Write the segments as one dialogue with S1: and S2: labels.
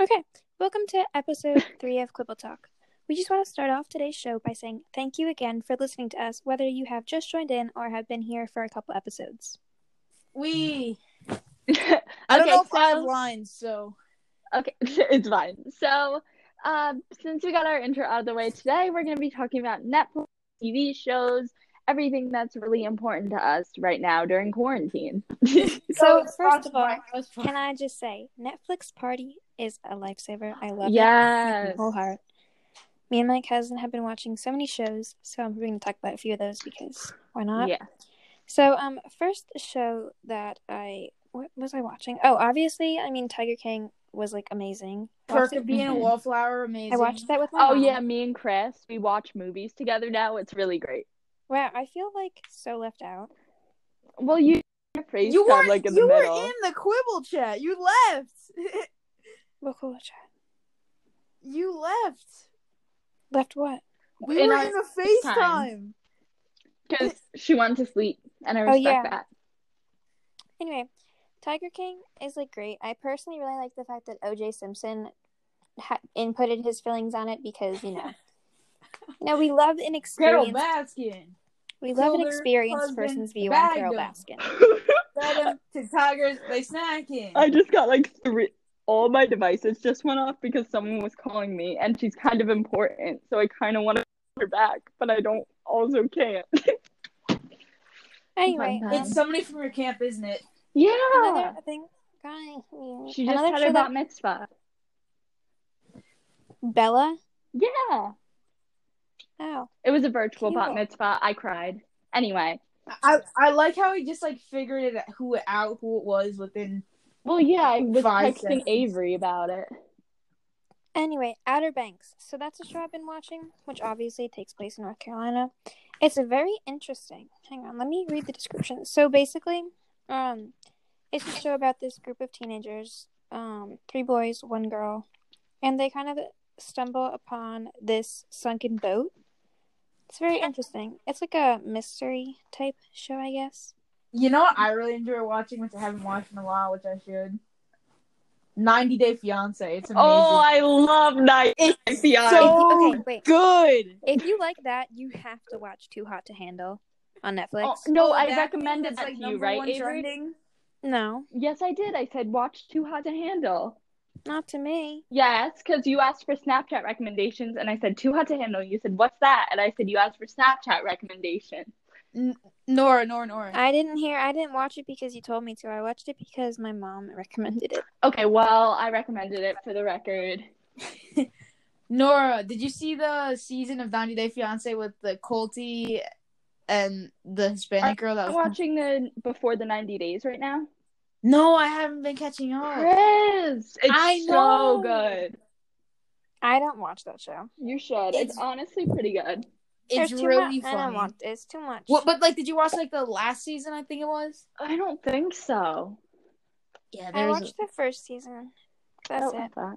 S1: Okay, welcome to episode three of Quibble Talk. We just want to start off today's show by saying thank you again for listening to us, whether you have just joined in or have been here for a couple episodes.
S2: We.
S3: I don't
S2: Okay,
S3: know five
S2: so-
S3: lines, so
S2: Okay, it's fine. So, um, since we got our intro out of the way today, we're going to be talking about Netflix, TV shows, everything that's really important to us right now during quarantine.
S1: So, first of all,
S3: Spotify.
S1: can I just say Netflix Party is a lifesaver. I love it. with
S2: yes.
S1: my Whole Oh, heart. Me and my cousin have been watching so many shows, so I'm going to talk about a few of those because why not?
S2: Yeah.
S1: So, um, first show that I what was I watching? Oh, obviously, I mean Tiger King was like amazing.
S3: Perk
S1: Watched
S3: of
S1: it-
S3: being a
S2: Mhm.
S3: wallflower, amazing.
S1: I watched that with my
S2: Oh,
S1: mom.
S2: yeah. Me and Chris, we watch movies together now. It's really great.
S1: Wow, I feel like so left out.
S2: Well, you. your face
S3: You
S2: sound
S3: were
S2: like in the
S3: you
S2: middle.
S3: were in the quibble chat. You left.
S1: Well, cool. Chad.
S3: you left.
S1: Left what?
S3: We
S2: In
S3: were
S2: our
S3: in a FaceTime.
S2: time. Because she wanted to sleep, and I
S1: Oh,
S2: respect
S1: yeah.
S2: that.
S1: Anyway, Tiger King is like great. I personally really like the fact that O.J. Simpson ha- inputted his feelings on it because you know, you know, we love an
S3: Carol
S1: experience.
S3: Baskin.
S1: We love an
S3: Killer,
S1: experienced
S3: husband,
S1: person's view on Carol
S3: bag 'em.
S1: Baskin.
S3: Fed 'em to tigers. They snacking.
S2: I just got like three. All my devices just went off because someone was calling me, and she's kind of important, so I kind of want to her back, but I don't. Also, can't.
S1: Anyway,
S2: Fun
S1: um,
S3: It's somebody from your camp, isn't it?
S2: yeah,
S1: another thing.
S2: she just
S1: another
S2: had
S1: show
S2: her bat
S1: that
S2: mitzvah.
S1: Bella.
S2: Yeah,
S1: Oh,
S2: it was a virtual bat
S1: Cute.
S2: mitzvah. I cried. Anyway,
S3: I I like how he just like figured it who out who it was within.
S2: well, yeah, I was
S3: Five
S2: texting
S3: seconds.
S2: Avery about it.
S1: Anyway, Outer Banks. So that's a show I've been watching, which obviously takes place in North Carolina. It's a very interesting. Hang on, let me read the description. So basically, um, it's a show about this group of teenagers, um, three boys, one girl, and they kind of stumble upon this sunken boat. It's very interesting. It's like a mystery type show, I guess.
S3: You know what I really enjoy watching, which I haven't watched in a while, which I should. Ninety Day Fiance. It's amazing.
S2: Oh, I love night.
S3: It's
S2: Fiance.
S1: If
S3: so
S1: you, okay, wait.
S3: good.
S1: If you like that, you have to watch Too Hot to Handle on Netflix.
S2: Oh, no,
S3: Oh,
S2: I
S3: that
S2: recommended that
S3: thing that's, like,
S2: to you,
S3: number
S2: right,
S3: one
S2: Avery?
S3: trending?
S1: No,
S2: Yes, I did. I said watch Too Hot to Handle.
S1: not to me.
S2: Yes, because you asked for Snapchat recommendations, and I said too hot to handle. You said what's that? And I said you asked for Snapchat recommendation.
S3: Nora, Nora, Nora.
S1: I didn't hear. I didn't watch it because you told me to. I watched it because my mom recommended it.
S2: Okay, well I recommended it for the record.
S3: Nora, did you see the season of 90 Day Fiance with the Colty and the Hispanic girl that
S2: I'm
S3: was
S2: watching the before the 90 days right now.
S3: No, I haven't been catching up.
S2: Chris, it's
S3: I
S2: so
S3: know.
S2: good.
S1: I don't watch that show.
S2: You should. It's,
S3: It's-
S2: honestly pretty good.
S3: It's
S1: There's too
S3: really
S1: much. I don't
S3: funny.
S1: want. It's too much.
S3: What, but like, did you watch like the last season? I think it was.
S2: I don't think so.
S3: Yeah,
S1: I watched the first season.
S2: I
S1: That's
S2: don't
S1: it.
S2: have that.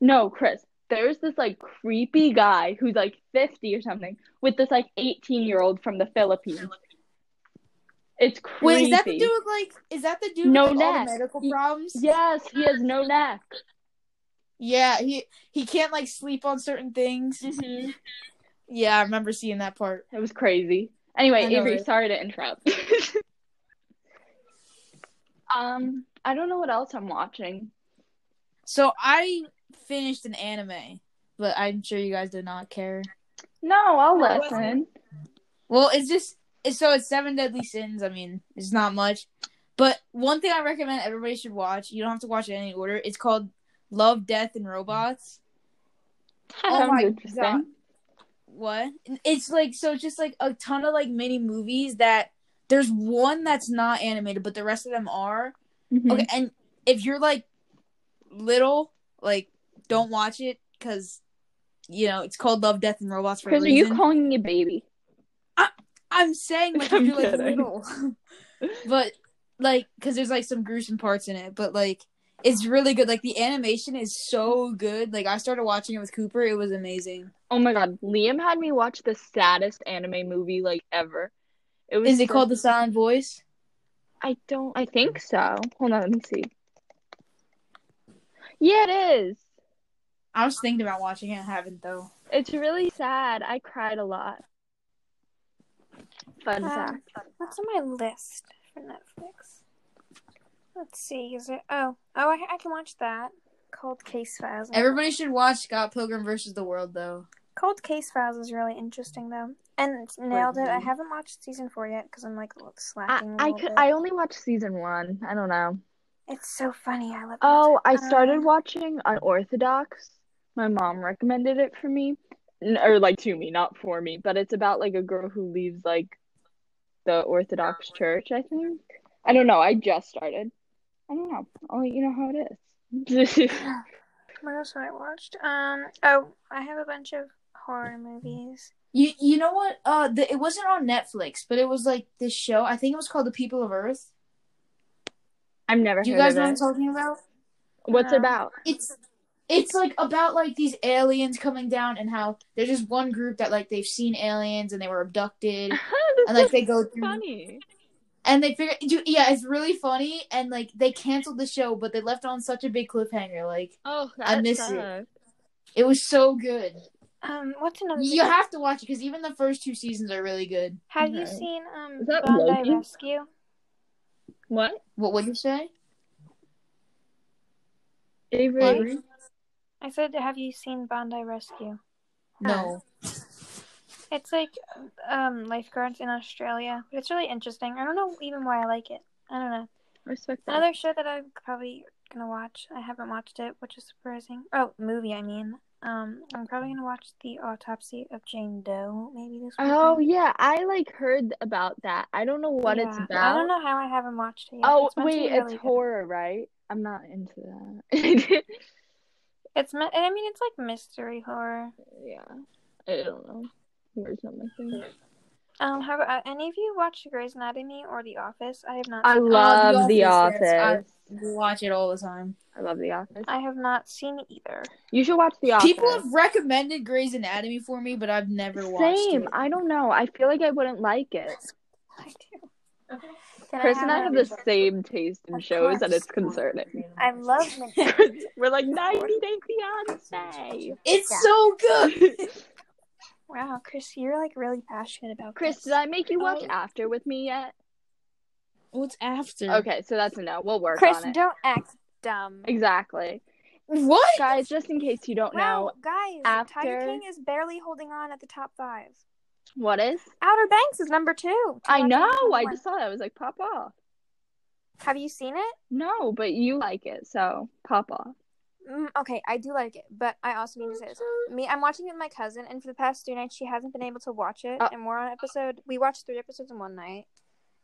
S2: No, Chris. There's this like creepy guy who's like 50 or something with this like 18 year old from the Philippines. It's creepy.
S3: Wait, is that the dude with like? Is that the dude
S2: No
S3: with like, all the
S2: neck.
S3: medical
S2: Y-
S3: problems?
S2: Yes, he has no neck.
S3: Yeah, he he can't like sleep on certain things. Yeah, I remember seeing that part.
S2: Mm-hmm. It was crazy. Anyway,
S3: I know,
S2: Avery,
S3: right?
S2: sorry to interrupt. um, I don't know what else I'm watching.
S3: So I finished an anime, but I'm sure you guys do not care.
S2: No, I'll
S3: What was
S2: listen.
S3: Well, it's just it's, so it's seven deadly sins. I mean, it's not much, but one thing I recommend everybody should watch. You don't have to watch it in any order. It's called Love, Death, and Robots. Oh
S2: Sounds
S3: my
S2: interesting.
S3: God. What? It's like so. It's just like a ton of like mini movies that there's one that's not animated, but the rest of them are.
S2: Mhm.
S3: Okay, and if you're like little, like don't watch it because you know it's called Love, Death, and Robots for a
S2: Chris, are you
S3: reason.
S2: calling me baby?
S3: I'm saying like if
S2: I'm
S3: you're like
S2: kidding.
S3: little, but like because there's like some gruesome parts in it, but like it's really good. Like the animation is so good. Like I started watching it with Cooper, it was amazing.
S2: Oh my god, Liam had me watch the saddest anime movie like ever. It was
S3: Is it
S2: so-
S3: called The Silent Voice? Mm-hmm.
S2: I don't I think so. Hold on, let me see. Yeah, it is.
S3: I was thinking about watching it, I haven't though.
S2: It's really sad. I cried a lot. Fun
S1: Um,
S2: fact.
S1: What's on my list for Netflix? Let's see. Is it? Oh, oh, I, I can watch that. Cold Case Files.
S3: Everybody should watch Scott Pilgrim versus the World though.
S1: Cold Case Files is really interesting though, and it's nailed it. I
S2: man.
S1: haven't watched season four yet because I'm like
S2: I,
S1: slacking. a
S2: I
S1: little
S2: could.
S1: bit.
S2: I only watched season one. I don't know.
S1: It's so funny. I love.
S2: Oh, I
S1: Um,
S2: started watching Unorthodox. My mom recommended it for me, N- or like to me, not for me. But it's about like a girl who leaves like the Orthodox Church. I think. I don't know. I just started. I don't know. I'll let you know how it is.
S1: What else have I watched? Um. Oh, I have a bunch of horror movies.
S3: You you know what? Uh, the, it wasn't on Netflix, but it was like this show. I think it was called The People of Earth.
S2: I've never
S3: Do you
S2: heard
S3: guys
S2: of
S3: know what I'm
S2: it.
S3: talking about?
S2: What's it
S1: No.
S2: about?
S3: It's it's like about like these aliens coming down and how there's just one group that like they've seen aliens and they were abducted
S2: This
S3: and like
S2: is
S3: they go through
S2: funny.
S3: and they figure dude, yeah it's really funny and like they canceled the show but they left on such a big cliffhanger like
S2: Oh,
S3: I
S2: that
S3: miss it.
S2: sucks.
S3: it was so good
S1: Um. What's another?
S3: you have to watch it because even the first two seasons are really good
S1: Have you
S2: Alright.
S1: seen um
S2: Is that
S1: Bondi
S2: Loki?
S1: Rescue?
S2: What?
S3: what would you say
S2: Avery.
S3: Avery?
S1: I said, have you seen Bondi Rescue?
S3: no
S1: It's like um lifeguards in Australia, but it's really interesting. I don't know even why I like it. I don't know.
S2: Respect that.
S1: Another show that I'm probably gonna watch. I haven't watched it, which is surprising. Oh, movie. I mean, um, I'm probably gonna watch the autopsy of Jane Doe. Maybe this.
S2: Oh
S1: weekend.
S2: yeah, I like heard about that. I don't know what it's
S1: Yeah.
S2: about.
S1: I don't know how I haven't watched it. Yet.
S2: Oh
S1: meant to be
S2: wait,
S1: really
S2: it's
S1: good.
S2: horror, right? I'm not into that.
S1: It's me- I mean, it's like mystery horror.
S2: yeah, I don't know. Horror's not my thing.
S1: Um, have uh, any of you watched Grey's Anatomy or The Office? I have not.
S2: I
S1: seen-
S2: love
S3: The
S2: The
S3: Office,
S2: Office.
S3: yes. We watch it all the time
S2: I love The Office.
S1: Um, I have not seen either.
S2: You should watch The Office.
S3: people have recommended Grey's Anatomy for me but I've never watched
S2: Same.
S3: it
S2: I don't know. I feel like I wouldn't like it.
S1: I do.
S3: Okay.
S1: Can
S2: Chris and I have
S1: my-
S2: the same taste in
S1: Of
S2: shows,
S1: course.
S2: and it's concerning.
S1: I love Nick.
S2: We're like 90 Day Fiance.
S3: it's so good
S1: Wow, Chris, you're like really passionate about
S2: Chris,
S1: this.
S2: did I make you watch
S1: Oh.
S2: After with me yet?
S3: what's after
S2: Okay, so that's a no. We'll work
S1: Chris,
S2: on it.
S1: don't act dumb.
S2: Exactly.
S3: what
S2: Guys, just in case you don't
S1: Wow,
S2: know,
S1: guys, Tiger
S2: after-
S1: King is barely holding on at the top five.
S2: what is?
S1: Outer Banks is number two.
S2: I know. I
S1: One.
S2: just saw that. I was like, pop off.
S1: have you seen it?
S2: No, but you like it, so pop off.
S1: Mm, okay, I do like it, but I also
S2: Mm,
S1: need to say this. Me, I'm watching it with my cousin, and for the past two nights, she hasn't been able to watch it,
S2: Oh.
S1: and we're on episode. We watched three episodes in one night,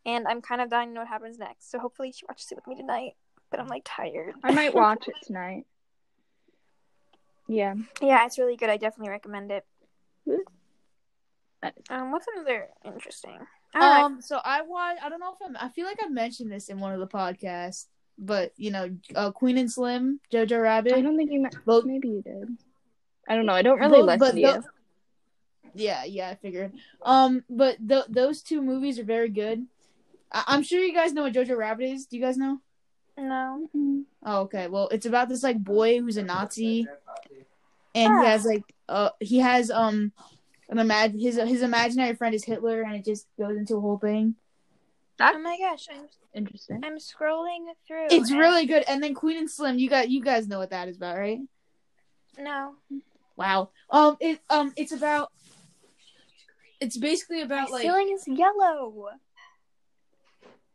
S1: and I'm kind of dying to know what happens next. So hopefully, she watches it with me tonight. But I'm like tired.
S2: I might watch it tonight. Yeah.
S1: yeah, it's really good. I definitely recommend it.
S2: That is-
S1: Um, what's another interesting? Alright.
S3: Um, so I watch. I don't know if I'm. I feel like I mentioned this in one of the podcasts, but you know, uh, Queen and Slim, Jojo
S2: I
S3: Rabbit.
S2: don't think you might.
S3: Both-
S2: Maybe you did. I don't know. I don't really
S3: Both-
S2: listen to you.
S3: tho- Yeah, yeah, I figured. Um, but th- those two movies are very good. I- I'm sure you guys know what Jojo Rabbit is. Do you guys know?
S1: no.
S2: Mhm.
S3: Oh, okay. Well, it's about this like boy who's a Nazi, and he has like uh he has um an imag- his his imaginary friend is Hitler, and it just goes into a whole thing.
S1: Oh my gosh, I'm
S2: Interesting.
S1: I'm scrolling through.
S3: It's
S1: and-
S3: really good. And then Queen and Slim, you got you guys know what that is about, right?
S1: no.
S3: Wow. Um. It um. It's about. It's basically about
S1: My
S3: like.
S1: ceiling is yellow.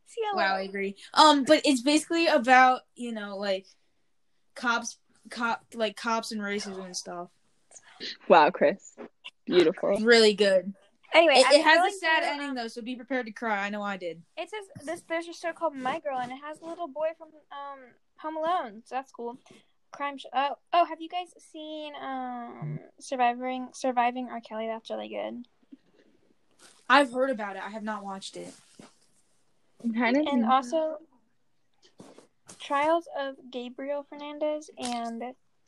S1: It's yellow.
S3: wow, I agree. Um, but it's basically about you know like, cops, cop like cops and racism and stuff.
S2: Wow, Chris. Beautiful.
S3: Really good.
S1: Anyway,
S3: It,
S1: I'm
S3: it has
S1: scrolling
S3: a sad
S1: through,
S3: ending
S1: um,
S3: though, so be prepared to cry. I know I did.
S1: It says this. There's a show called My Girl, and it has a little boy from um Home Alone. So that's cool. Crime show. Oh, oh, have you guys seen um Surviving Surviving R. Kelly? That's really good.
S3: I've heard about it. I have not watched it.
S2: I'm trying to
S1: And
S2: think.
S1: also Trials of Gabriel Fernandez and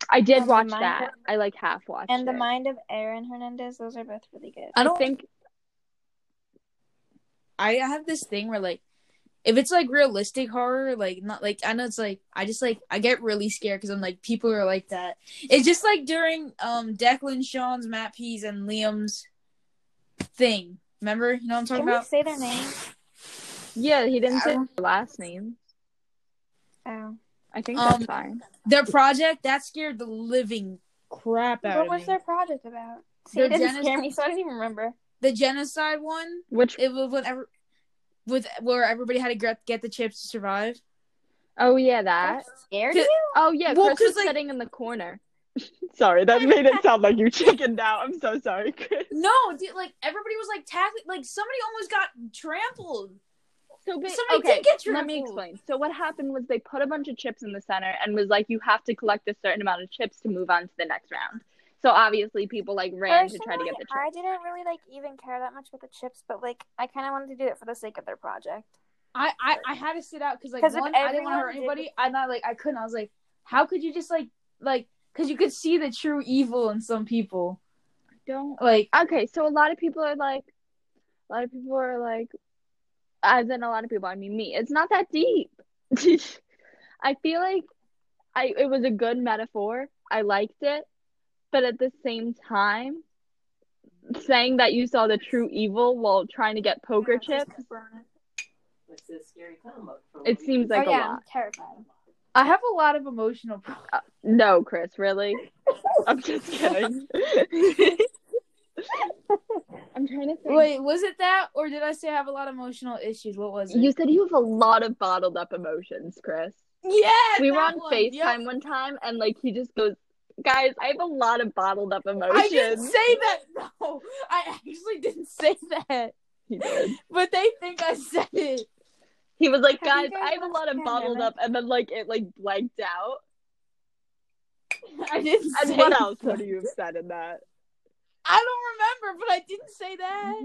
S2: I did
S1: um,
S2: watch
S1: Mind-
S2: that. I like half watched
S1: and The
S2: it.
S1: Mind of Aaron Hernandez. Those are both really good.
S3: I
S2: I
S3: don't.
S2: think
S3: I have this thing where like, if it's like realistic horror, like not like I know it's like I just like I get really scared because I'm like people are like that. It's just like during um Declan, Sean's, Matt P's, and Liam's thing. Remember, you know what I'm talking
S1: Can
S3: about?
S1: we say their name?
S2: Yeah, he didn't say
S3: I
S2: your last name.
S1: Oh.
S2: I think
S3: Um,
S2: that's fine.
S3: Their project that scared the living crap out
S1: What
S3: of
S1: was
S3: me.
S1: their project about? See,
S3: Their
S1: it didn't
S3: genocide-
S1: scare me, so I don't even remember.
S3: The genocide one.
S2: Which
S3: It was whenever with where everybody had to get, get the chips to survive.
S2: oh yeah, that.
S1: Scared
S3: Th-
S1: you?
S2: Oh yeah,
S3: Well,
S2: Chris
S3: 'cause,
S2: is
S3: like-
S2: sitting in the corner. sorry, that made it sound like you chickened out. I'm so sorry, Chris.
S3: No, dude, like everybody was like tackling. Like somebody almost got trampled.
S2: So ba-
S3: Somebody
S2: okay,
S3: did get
S2: let me
S3: trampled.
S2: explain. So what happened was they put a bunch of chips in the center and was like, you have to collect a certain amount of chips to move on to the next round. So obviously people like ran to try to get the chips.
S1: I didn't really like even care that much about the chips, but like I kind of wanted to do it for the sake of their project.
S3: I, I, I had to sit out because like
S1: 'Cause if
S3: one, I didn't want to
S1: everyone
S3: hurt
S1: did-
S3: anybody. I not like I couldn't. I was like, how could you just like like because you could see the true evil in some people.
S2: Don't.
S3: Like
S2: Okay, so a lot of people are like, a lot of people are like, as in a lot of people, I mean me. It's not that deep. I feel like I it was a good metaphor. I liked it, but at the same time, saying that you saw the true evil while trying to get poker chips,
S4: It's a scary combo. for
S2: it
S4: me.
S2: seems like
S1: oh
S2: a
S1: yeah,
S2: lot.
S1: I'm terrified.
S3: I have a lot of emotional. pro-
S2: No, Chris, really? I'm just kidding. I'm trying to think.
S3: Wait, was it that or did I say I have a lot of emotional issues? What was it?
S2: You said you have a lot of bottled up emotions, Chris.
S3: yeah,
S2: we were
S3: that
S2: on
S3: one.
S2: FaceTime
S3: Yeah.
S2: one time and like he just goes, Guys, I have a lot of bottled up
S3: I didn't
S2: emotions.
S3: say that. No, I actually didn't say that.
S2: He did.
S3: But they think I said it.
S2: He was like,
S1: Have you
S2: Guys,
S1: guys
S2: I have a lot
S1: watched
S2: of bottled
S1: Pandemic?
S2: up and then like it like blanked out.
S3: I didn't.
S2: And
S3: say
S2: what else
S3: that.
S2: would you have said in that?
S3: I don't remember, but I didn't say that.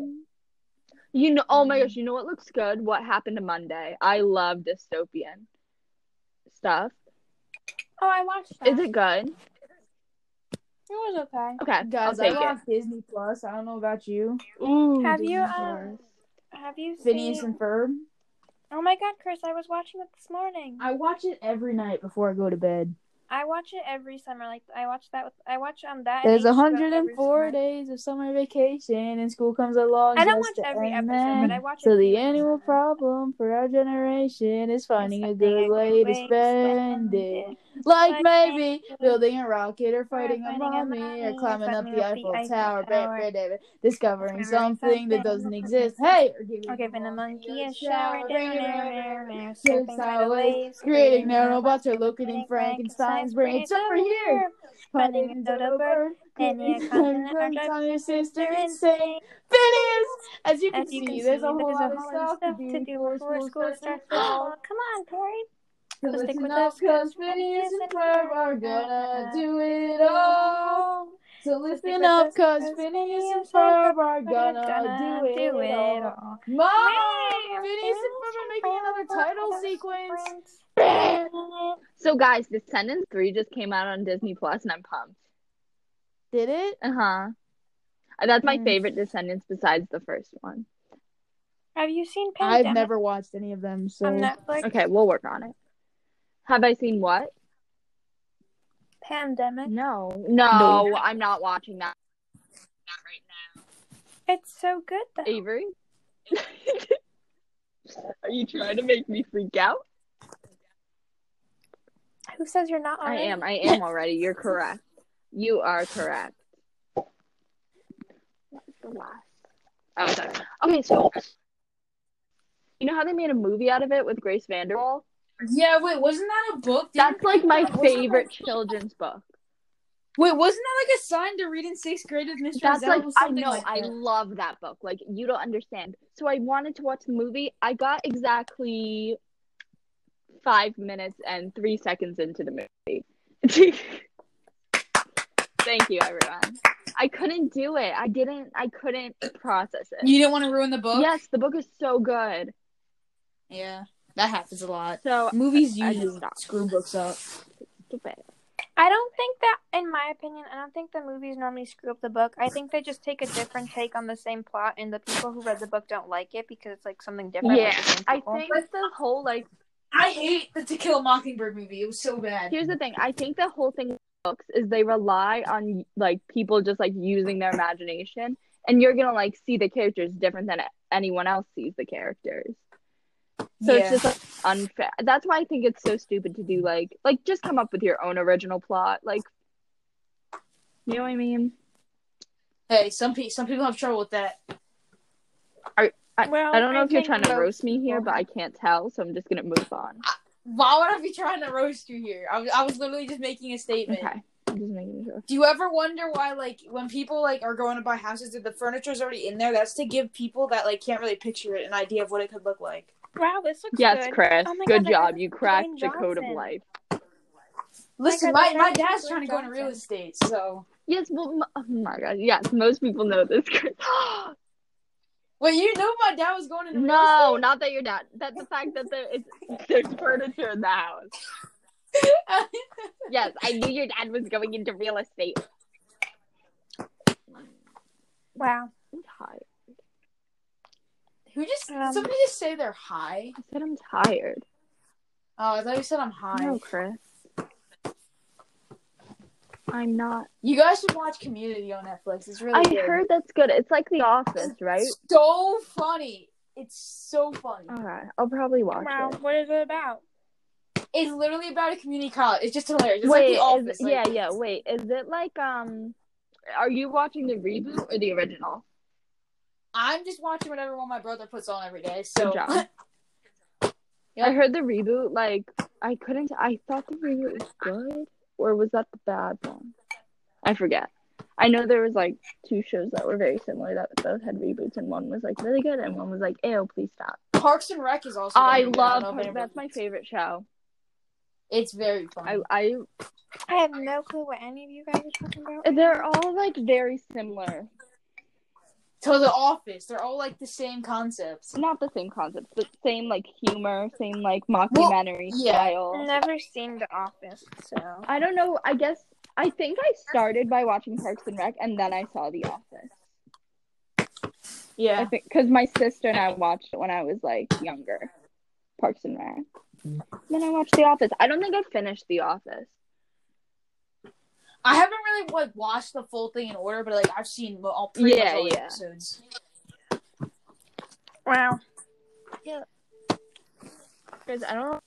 S2: You know oh my gosh, you know what looks good? What happened to Monday? I love dystopian stuff.
S1: Oh, I watched that.
S2: Is it good?
S1: It was okay.
S2: Okay.
S3: Guys,
S2: I'll take
S3: I'm on Disney Plus. I don't know about you.
S2: it. Ooh,
S1: Have
S2: Disney
S1: you, um,
S2: Plus.
S1: Have you
S3: Phineas
S1: seen?
S3: and Ferb.
S1: Oh my God, Chris! I was watching it this morning.
S3: I watch it every night before I go to bed.
S1: I watch it every summer. Like I watch that. With, I watch um that. and
S3: There's
S1: HBO every
S3: 104
S1: summer.
S3: days of summer vacation, and school comes along.
S1: I don't
S3: just
S1: watch
S3: to
S1: every
S3: end
S1: episode, but I
S3: that.
S1: watch a
S3: So
S1: few
S3: the
S1: each
S3: annual
S1: summer.
S3: problem for our generation is finding a
S1: Something I
S3: good
S1: can
S3: way to
S1: waste
S3: spend it.
S1: it.
S3: Like
S1: Like
S3: maybe
S1: maybe
S3: building a rocket or
S1: fighting
S3: fighting
S1: a
S3: a mommy
S1: mommy
S3: or
S1: or
S3: climbing up
S1: climbing
S3: the
S1: up the
S3: Eiffel
S1: Eiffel
S3: Tower, blah,
S1: Tower.
S3: blah, blah, blah, discovering
S1: Discovering
S3: something that
S1: something
S3: doesn't
S1: that
S3: exist.
S1: doesn't
S3: Hey, or giving,
S1: Okay, when the monkey is showered down there, there,
S3: Ships
S1: surfing tidal
S3: sideways,
S1: waves,
S3: creating nano robots or
S1: creating
S3: locating Frankenstein's brain. It's over
S1: brains
S3: here.
S1: Finding a dodo bird, and the continent are
S3: Frankenstein's on your sister
S1: They're
S3: insane.
S1: insane.
S3: Phineas! As you can
S1: As you
S3: see,
S1: can see,
S3: there's a whole lot
S1: lot
S3: of stuff to do
S1: before school starts. Oh, come on, Tori.
S3: So
S1: Stick
S3: listen
S1: with
S3: up,
S1: us,
S3: cause
S1: 'cause
S3: Phineas
S1: Phineas
S3: and
S1: and
S3: Ferb
S1: Ferb
S3: are
S1: are
S3: gonna
S1: gonna
S3: do it all. So listen
S1: with
S3: up,
S1: us,
S3: cause
S1: 'cause
S3: Phineas
S1: Phineas
S3: and
S1: and
S3: Ferb are
S1: We're
S3: gonna do it all. Mom!
S1: Wow,
S3: Phineas and Ferb are making another title sequence.
S1: sequence.
S2: So guys, Descendants 3 just came out on Disney Plus and I'm pumped.
S3: Did it?
S2: Uh-huh. Uh, That's my
S3: Mm.
S2: favorite Descendants besides the first one.
S1: Have you seen Pandemic
S3: I've never watched any of them, so.
S1: on Netflix?
S2: Okay, we'll work on it. Have I seen what?
S1: Pandemic.
S2: No. No, I'm not watching that.
S1: It's so good though.
S2: Avery? Are you trying to make me freak out?
S1: Who says you're not on
S2: I
S1: it?
S2: am. I am already. You're correct. You are correct. What's the last? Oh, sorry. Okay, so you know how they made a movie out of it with Grace Vanderwall?
S3: Yeah, wait, wasn't that a book?
S2: That's like my
S3: Wasn't that-
S2: favorite children's book.
S3: Wait, wasn't that like a sign to read in sixth grade with Mr.
S2: That's
S3: Zell
S2: like
S3: or
S2: I
S3: something
S2: know
S3: like
S2: I
S3: that?
S2: love that book. Like you don't understand. So I wanted to watch the movie. I got exactly five minutes and three seconds into the movie. Thank you, everyone. I couldn't do it. I didn't. I couldn't process it.
S3: You didn't want to ruin the book?
S2: Yes, the book is so good.
S3: Yeah, that happens a lot.
S2: So
S3: Movies
S2: I
S3: usually
S2: just stopped.
S3: screw books up.
S2: stupid.
S1: I don't think that in my opinion, I don't think the movies normally screw up the book. I think they just take a different take on the same plot, and the people who read the book don't like it because it's like something different.
S2: Yeah, I think the whole like
S3: I hate the To Kill a Mockingbird movie. It was so bad.
S2: here's the thing. I think the whole thing with books is they rely on like people just like using their imagination, and you're gonna like see the characters different than anyone else sees the characters. So
S3: Yeah.
S2: it's just like unfair. That's why I think it's so stupid to do like like just come up with your own original plot. Like, you know what I mean?
S3: hey, some pe- some people have trouble with that.
S1: Well,
S2: I don't know if you're
S1: think
S2: trying to
S1: most
S2: roast me here,
S1: people
S2: but I can't tell, so I'm just gonna move on.
S3: Why would I be trying to roast you here? I was, I was literally just making a statement.
S2: Okay, I'm just making sure.
S3: Do you ever wonder why, like, when people like are going to buy houses, if the furniture's already in there, that's to give people that like can't really picture it an idea of what it could look like.
S1: Wow, this looks
S2: Yes,
S1: good.
S2: Chris.
S1: Oh my God,
S2: good
S1: that
S2: job.
S1: guy's
S2: You cracked the
S1: Dwayne
S2: code of
S1: Johnson.
S2: life.
S3: Listen,
S1: God,
S3: my,
S1: that
S3: my
S1: guy
S3: dad's
S1: is
S3: trying to go into real
S1: Johnson.
S3: estate, so
S2: Yes. Well, m- oh my God. Yes, most people know this. Chris.
S3: wait, you knew my dad was going into real
S2: no, not that you're not. That the fact that there is there's furniture in the house.
S3: estate?
S2: Yes, I knew your dad was going into real estate.
S1: Wow.
S2: I'm tired.
S3: Who just
S1: Um,
S3: did somebody just say they're high?
S2: I said I'm tired.
S3: Oh, I thought you said I'm high.
S2: No, Chris. I'm not.
S3: You guys should watch Community on Netflix. It's really
S2: I
S3: good.
S2: heard that's good. It's like The Office, right?
S3: so funny. It's so funny.
S2: Okay, I'll probably watch
S1: Wow,
S2: it.
S1: what is it about?
S3: It's literally about a community college. It's just hilarious. It's
S2: wait,
S3: like the office.
S2: is,
S3: like-
S2: yeah, yeah. Wait, is it like um? Are you watching the reboot or the original?
S3: I'm just watching whatever one my brother puts on every day. So
S2: Good job. I heard the reboot. Like I couldn't. I thought the reboot was good, or was that the bad one? I forget. I know there was like two shows that were very similar that both had reboots, and one was like really good, and one was like, "Ew, please stop."
S3: Parks and Rec is also.
S2: I
S3: really good.
S2: love.
S3: don't know if anybody-
S2: that's my favorite show.
S3: It's very funny.
S2: I, I
S1: I have no clue what any of you guys are talking about.
S2: They're all like very similar.
S3: to the office, they're all like the same concepts.
S2: Not the same concepts, but same like humor, same like mockumentary
S3: Well, yeah.
S2: style.
S1: Never seen The Office, so
S2: I don't know. I guess I think I started by watching Parks and Rec, and then I saw The Office. I
S3: Yeah,
S2: think because my sister and I watched it when I was like younger. Parks and Rec. Then I watched The Office. I don't think I finished The Office.
S3: I haven't really like watched the full thing in order, but like I've seen mo- all pretty
S2: Yeah,
S3: much all the
S2: yeah.
S3: episodes.
S1: wow.
S2: Because I don't.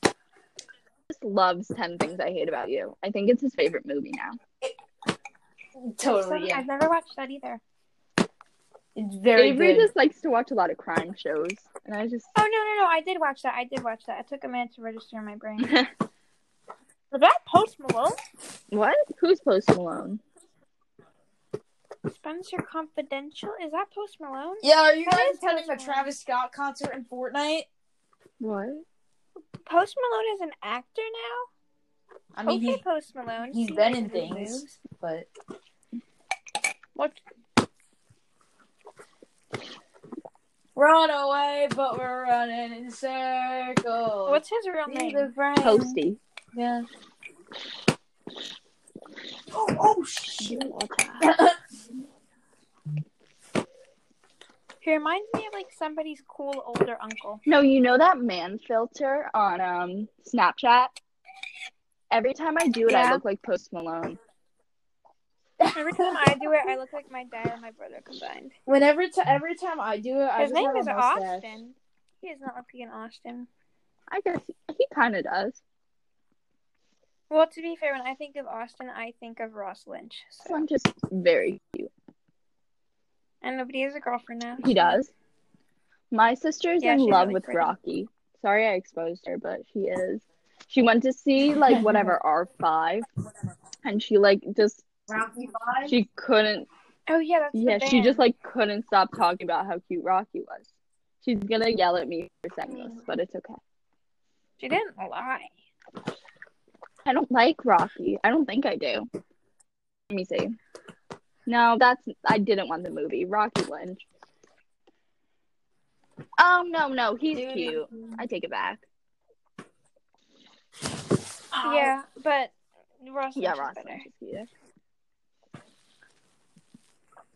S2: Just loves Ten Things I Hate About You. I think it's his favorite movie now.
S3: Totally, yeah.
S1: I've never watched that either.
S3: It's very
S2: Avery
S3: good.
S2: just likes to watch a lot of crime shows, and I just
S1: Oh no no no! I did watch that. I did watch that. It took a minute to register in my brain. Was that Post Malone?
S2: What? Who's Post Malone?
S1: Spencer Confidential? Is that Post Malone?
S3: Yeah, are you
S1: That
S3: guys
S1: is
S3: attending the
S1: Post Malone.
S3: Travis Scott concert in Fortnite?
S2: What?
S1: Post Malone is an actor now.
S3: I mean,
S1: okay,
S3: he,
S1: Post Malone.
S3: he's been in things, but
S1: What?
S3: run away, but we're running in circles.
S1: What's his real
S3: Be
S1: name?
S3: the brightest-
S2: Posty.
S3: Yeah. Oh, oh shit.
S1: He reminds me of like somebody's cool older uncle.
S2: No, you know that man filter on um Snapchat? Every time I do it, I
S1: Yeah.
S2: look like Post Malone.
S1: Every time I do it, I look like my dad and my brother combined.
S3: Whenever t- every time I do it, I
S1: His
S3: just
S1: name
S3: have a
S1: is
S3: mustache.
S1: Austin. He does not look like an Austin.
S2: I guess he, he kind of does.
S1: Well, to be fair, when I think of Austin, I think of Ross Lynch.
S2: So
S1: So.
S2: I'm just very cute.
S1: And nobody has a girlfriend now.
S2: He does. My sister is
S1: Yeah,
S2: in
S1: she's
S2: love
S1: really
S2: with
S1: pretty.
S2: Rocky. Sorry I exposed her, but she is. She went to see like whatever R5 and she like just
S3: Rocky Five.
S2: she couldn't
S1: Oh yeah, that's
S2: Yeah,
S1: The
S2: she just
S1: band.
S2: like couldn't stop talking about how cute Rocky was. She's gonna yell at me for saying this, but it's okay.
S1: she didn't lie.
S2: I don't like Rocky. I don't think I do. Let me see. No, that's I didn't want the movie Rocky Lynch. Oh no, no, he's cute. I take it back.
S1: Yeah, but Ross
S2: Yeah,
S1: Lynch is
S2: Ross
S1: better.
S2: Lynch is cute.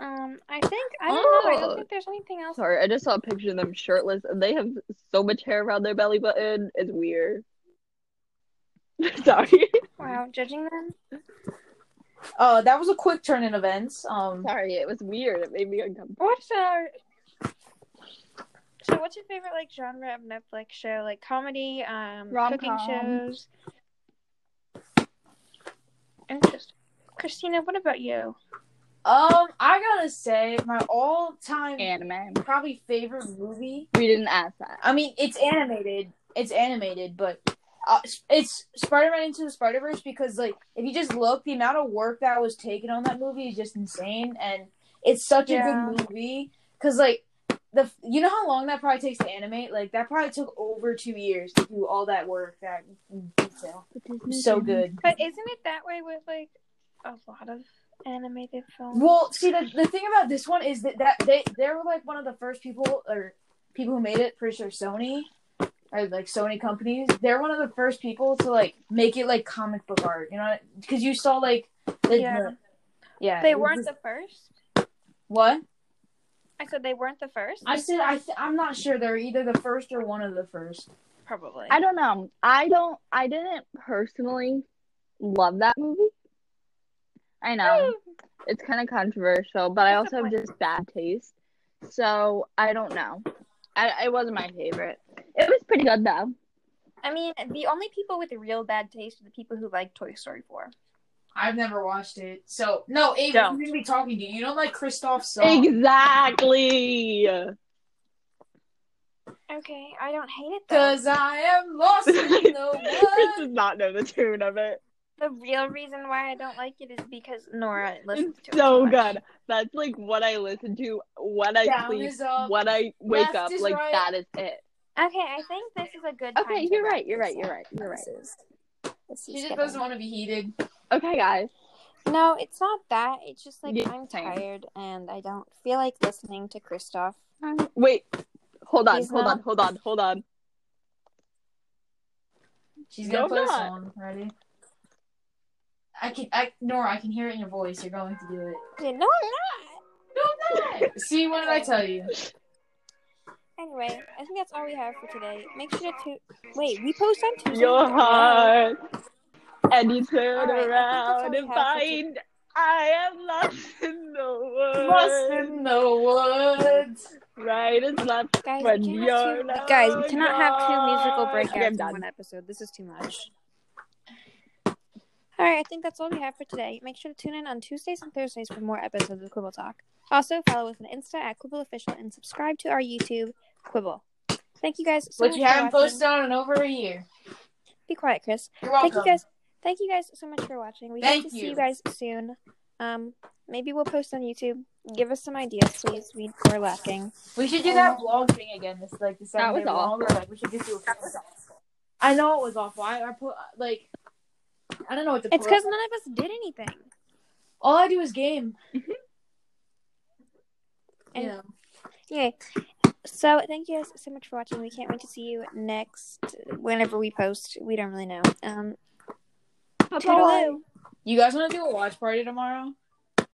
S1: Um, I think I don't know. I
S2: Oh.
S1: don't think there's anything else.
S2: Sorry, I just saw a picture of them shirtless, and they have so much hair around their belly button. It's weird. Sorry.
S1: Wow, judging them.
S3: Uh, that was a quick turn in events. Um,
S2: Sorry, it was weird. It made me uncomfortable.
S1: What's our so? What's your favorite like genre of Netflix show? Like comedy, um, cooking
S2: Rom-com.
S1: shows. Interesting, Christina. What about you?
S3: um, I gotta say my all-time
S2: Anime.
S3: probably favorite movie.
S2: We didn't ask that.
S3: I mean, it's animated. It's animated, but uh, it's Spider-Man into the Spider-Verse because, like, if you just look, the amount of work that was taken on that movie is just insane, and it's such
S1: Yeah.
S3: a good movie because, like, the you know how long that probably takes to animate. Like, that probably took over two years to do all that work. That detail, so
S2: Mm-hmm.
S3: good.
S1: But isn't it that way with like a lot of animated films?
S3: Well, see, the, the thing about this one is that, that they they were like one of the first people or people who made it, pretty sure Sony or like Sony companies. They're one of the first people to like make it like comic book art, you know? Because you saw like the,
S1: Yeah.
S3: the- yeah,
S1: They
S3: it was
S1: weren't
S3: just-
S1: the first.
S3: what
S1: I said they weren't the first.
S3: I said. I th- I'm not sure. They're either the first or one of the first.
S1: Probably.
S2: I don't know. I don't. I didn't personally love that movie. I know it's kind of controversial, but I
S1: What's the
S2: also have
S1: point?
S2: just bad taste, so I don't know. I, it wasn't my favorite. It was pretty good though.
S1: I mean, the only people with real bad taste are the people who like Toy Story 4.
S3: I've never watched it, so no. Abe,
S1: Don't.
S3: I'm gonna be talking to you. You don't like Kristoff's song.
S2: Exactly.
S1: Okay, I don't hate it though.
S3: Cause I am lost in the
S2: Chris
S3: world.
S2: does not know the tune of it.
S1: The real reason why I don't like it is because Nora listens to
S2: It's
S1: it.
S2: so
S1: too much.
S2: good. That's like what I listen to when I
S3: Down
S2: sleep,
S3: is up.
S2: when I wake
S3: Left
S2: up.
S3: is
S2: Like
S3: right.
S2: that is it.
S1: Okay, I think this is a good. time
S2: Okay,
S1: to
S2: you're
S1: wrap
S2: right. You're
S1: this
S2: right. You're
S1: up.
S2: right. You're right.
S3: She just doesn't want to be heated.
S2: Okay, guys.
S1: No, it's not that. It's just like
S2: Yeah,
S1: I'm
S2: same.
S1: tired and I don't feel like listening to Kristoff.
S2: Wait. Hold on.
S1: He's
S2: Hold
S1: not-
S2: on. Hold on. Hold on.
S3: She's gonna
S2: No,
S3: play a
S2: not.
S3: song. Ready? I can, I Nora, I can hear it in your voice. You're going to do it.
S1: Okay, no, I'm
S3: See, what did I tell you?
S1: not. Anyway, I think that's all we have for today. Make sure to wait. We post on Tuesday.
S2: Your heart, and you
S1: Oh. All
S2: turn
S1: right, I
S2: around
S1: think that's all we
S2: and
S1: have for today.
S2: find I am lost in the
S3: Lost
S2: world.
S3: in the woods.
S2: Right is left
S1: Guys,
S2: when
S1: we cannot have
S2: you're
S1: two,
S2: not
S1: guys, we cannot have two musical
S2: gone. Okay, I'm
S1: breakouts in
S2: done.
S1: one episode. This is too much. All right, I think that's all we have for today. Make sure to tune in on Tuesdays and Thursdays for more episodes of Quibble Talk. Also, follow us on Insta at Quibble Official and subscribe to our YouTube, Quibble. Thank you guys so
S3: Which
S1: much
S3: you
S1: for
S3: haven't
S1: watching.
S3: posted on in over a year.
S1: Be quiet, Chris.
S3: You're welcome.
S1: Thank you guys. Thank you guys so much for watching. We
S3: Thank
S1: hope to see
S3: you.
S1: you guys soon. Um, maybe we'll post on YouTube. Give us some ideas, please. We, we're lacking.
S3: We should do that vlog thing again. This like the
S2: That
S3: seven
S2: was
S3: day vlog, or, Like we should just do. A- I know it was off. Why I put like I don't know what to.
S1: It's
S3: put.
S1: because none of us did anything.
S3: all I do is game.
S1: And-
S3: Yeah.
S1: Okay. So thank you guys so much for watching. We can't wait to see you next whenever we post. We don't really know. Um, toodaloo.
S3: You guys want to do a watch party tomorrow?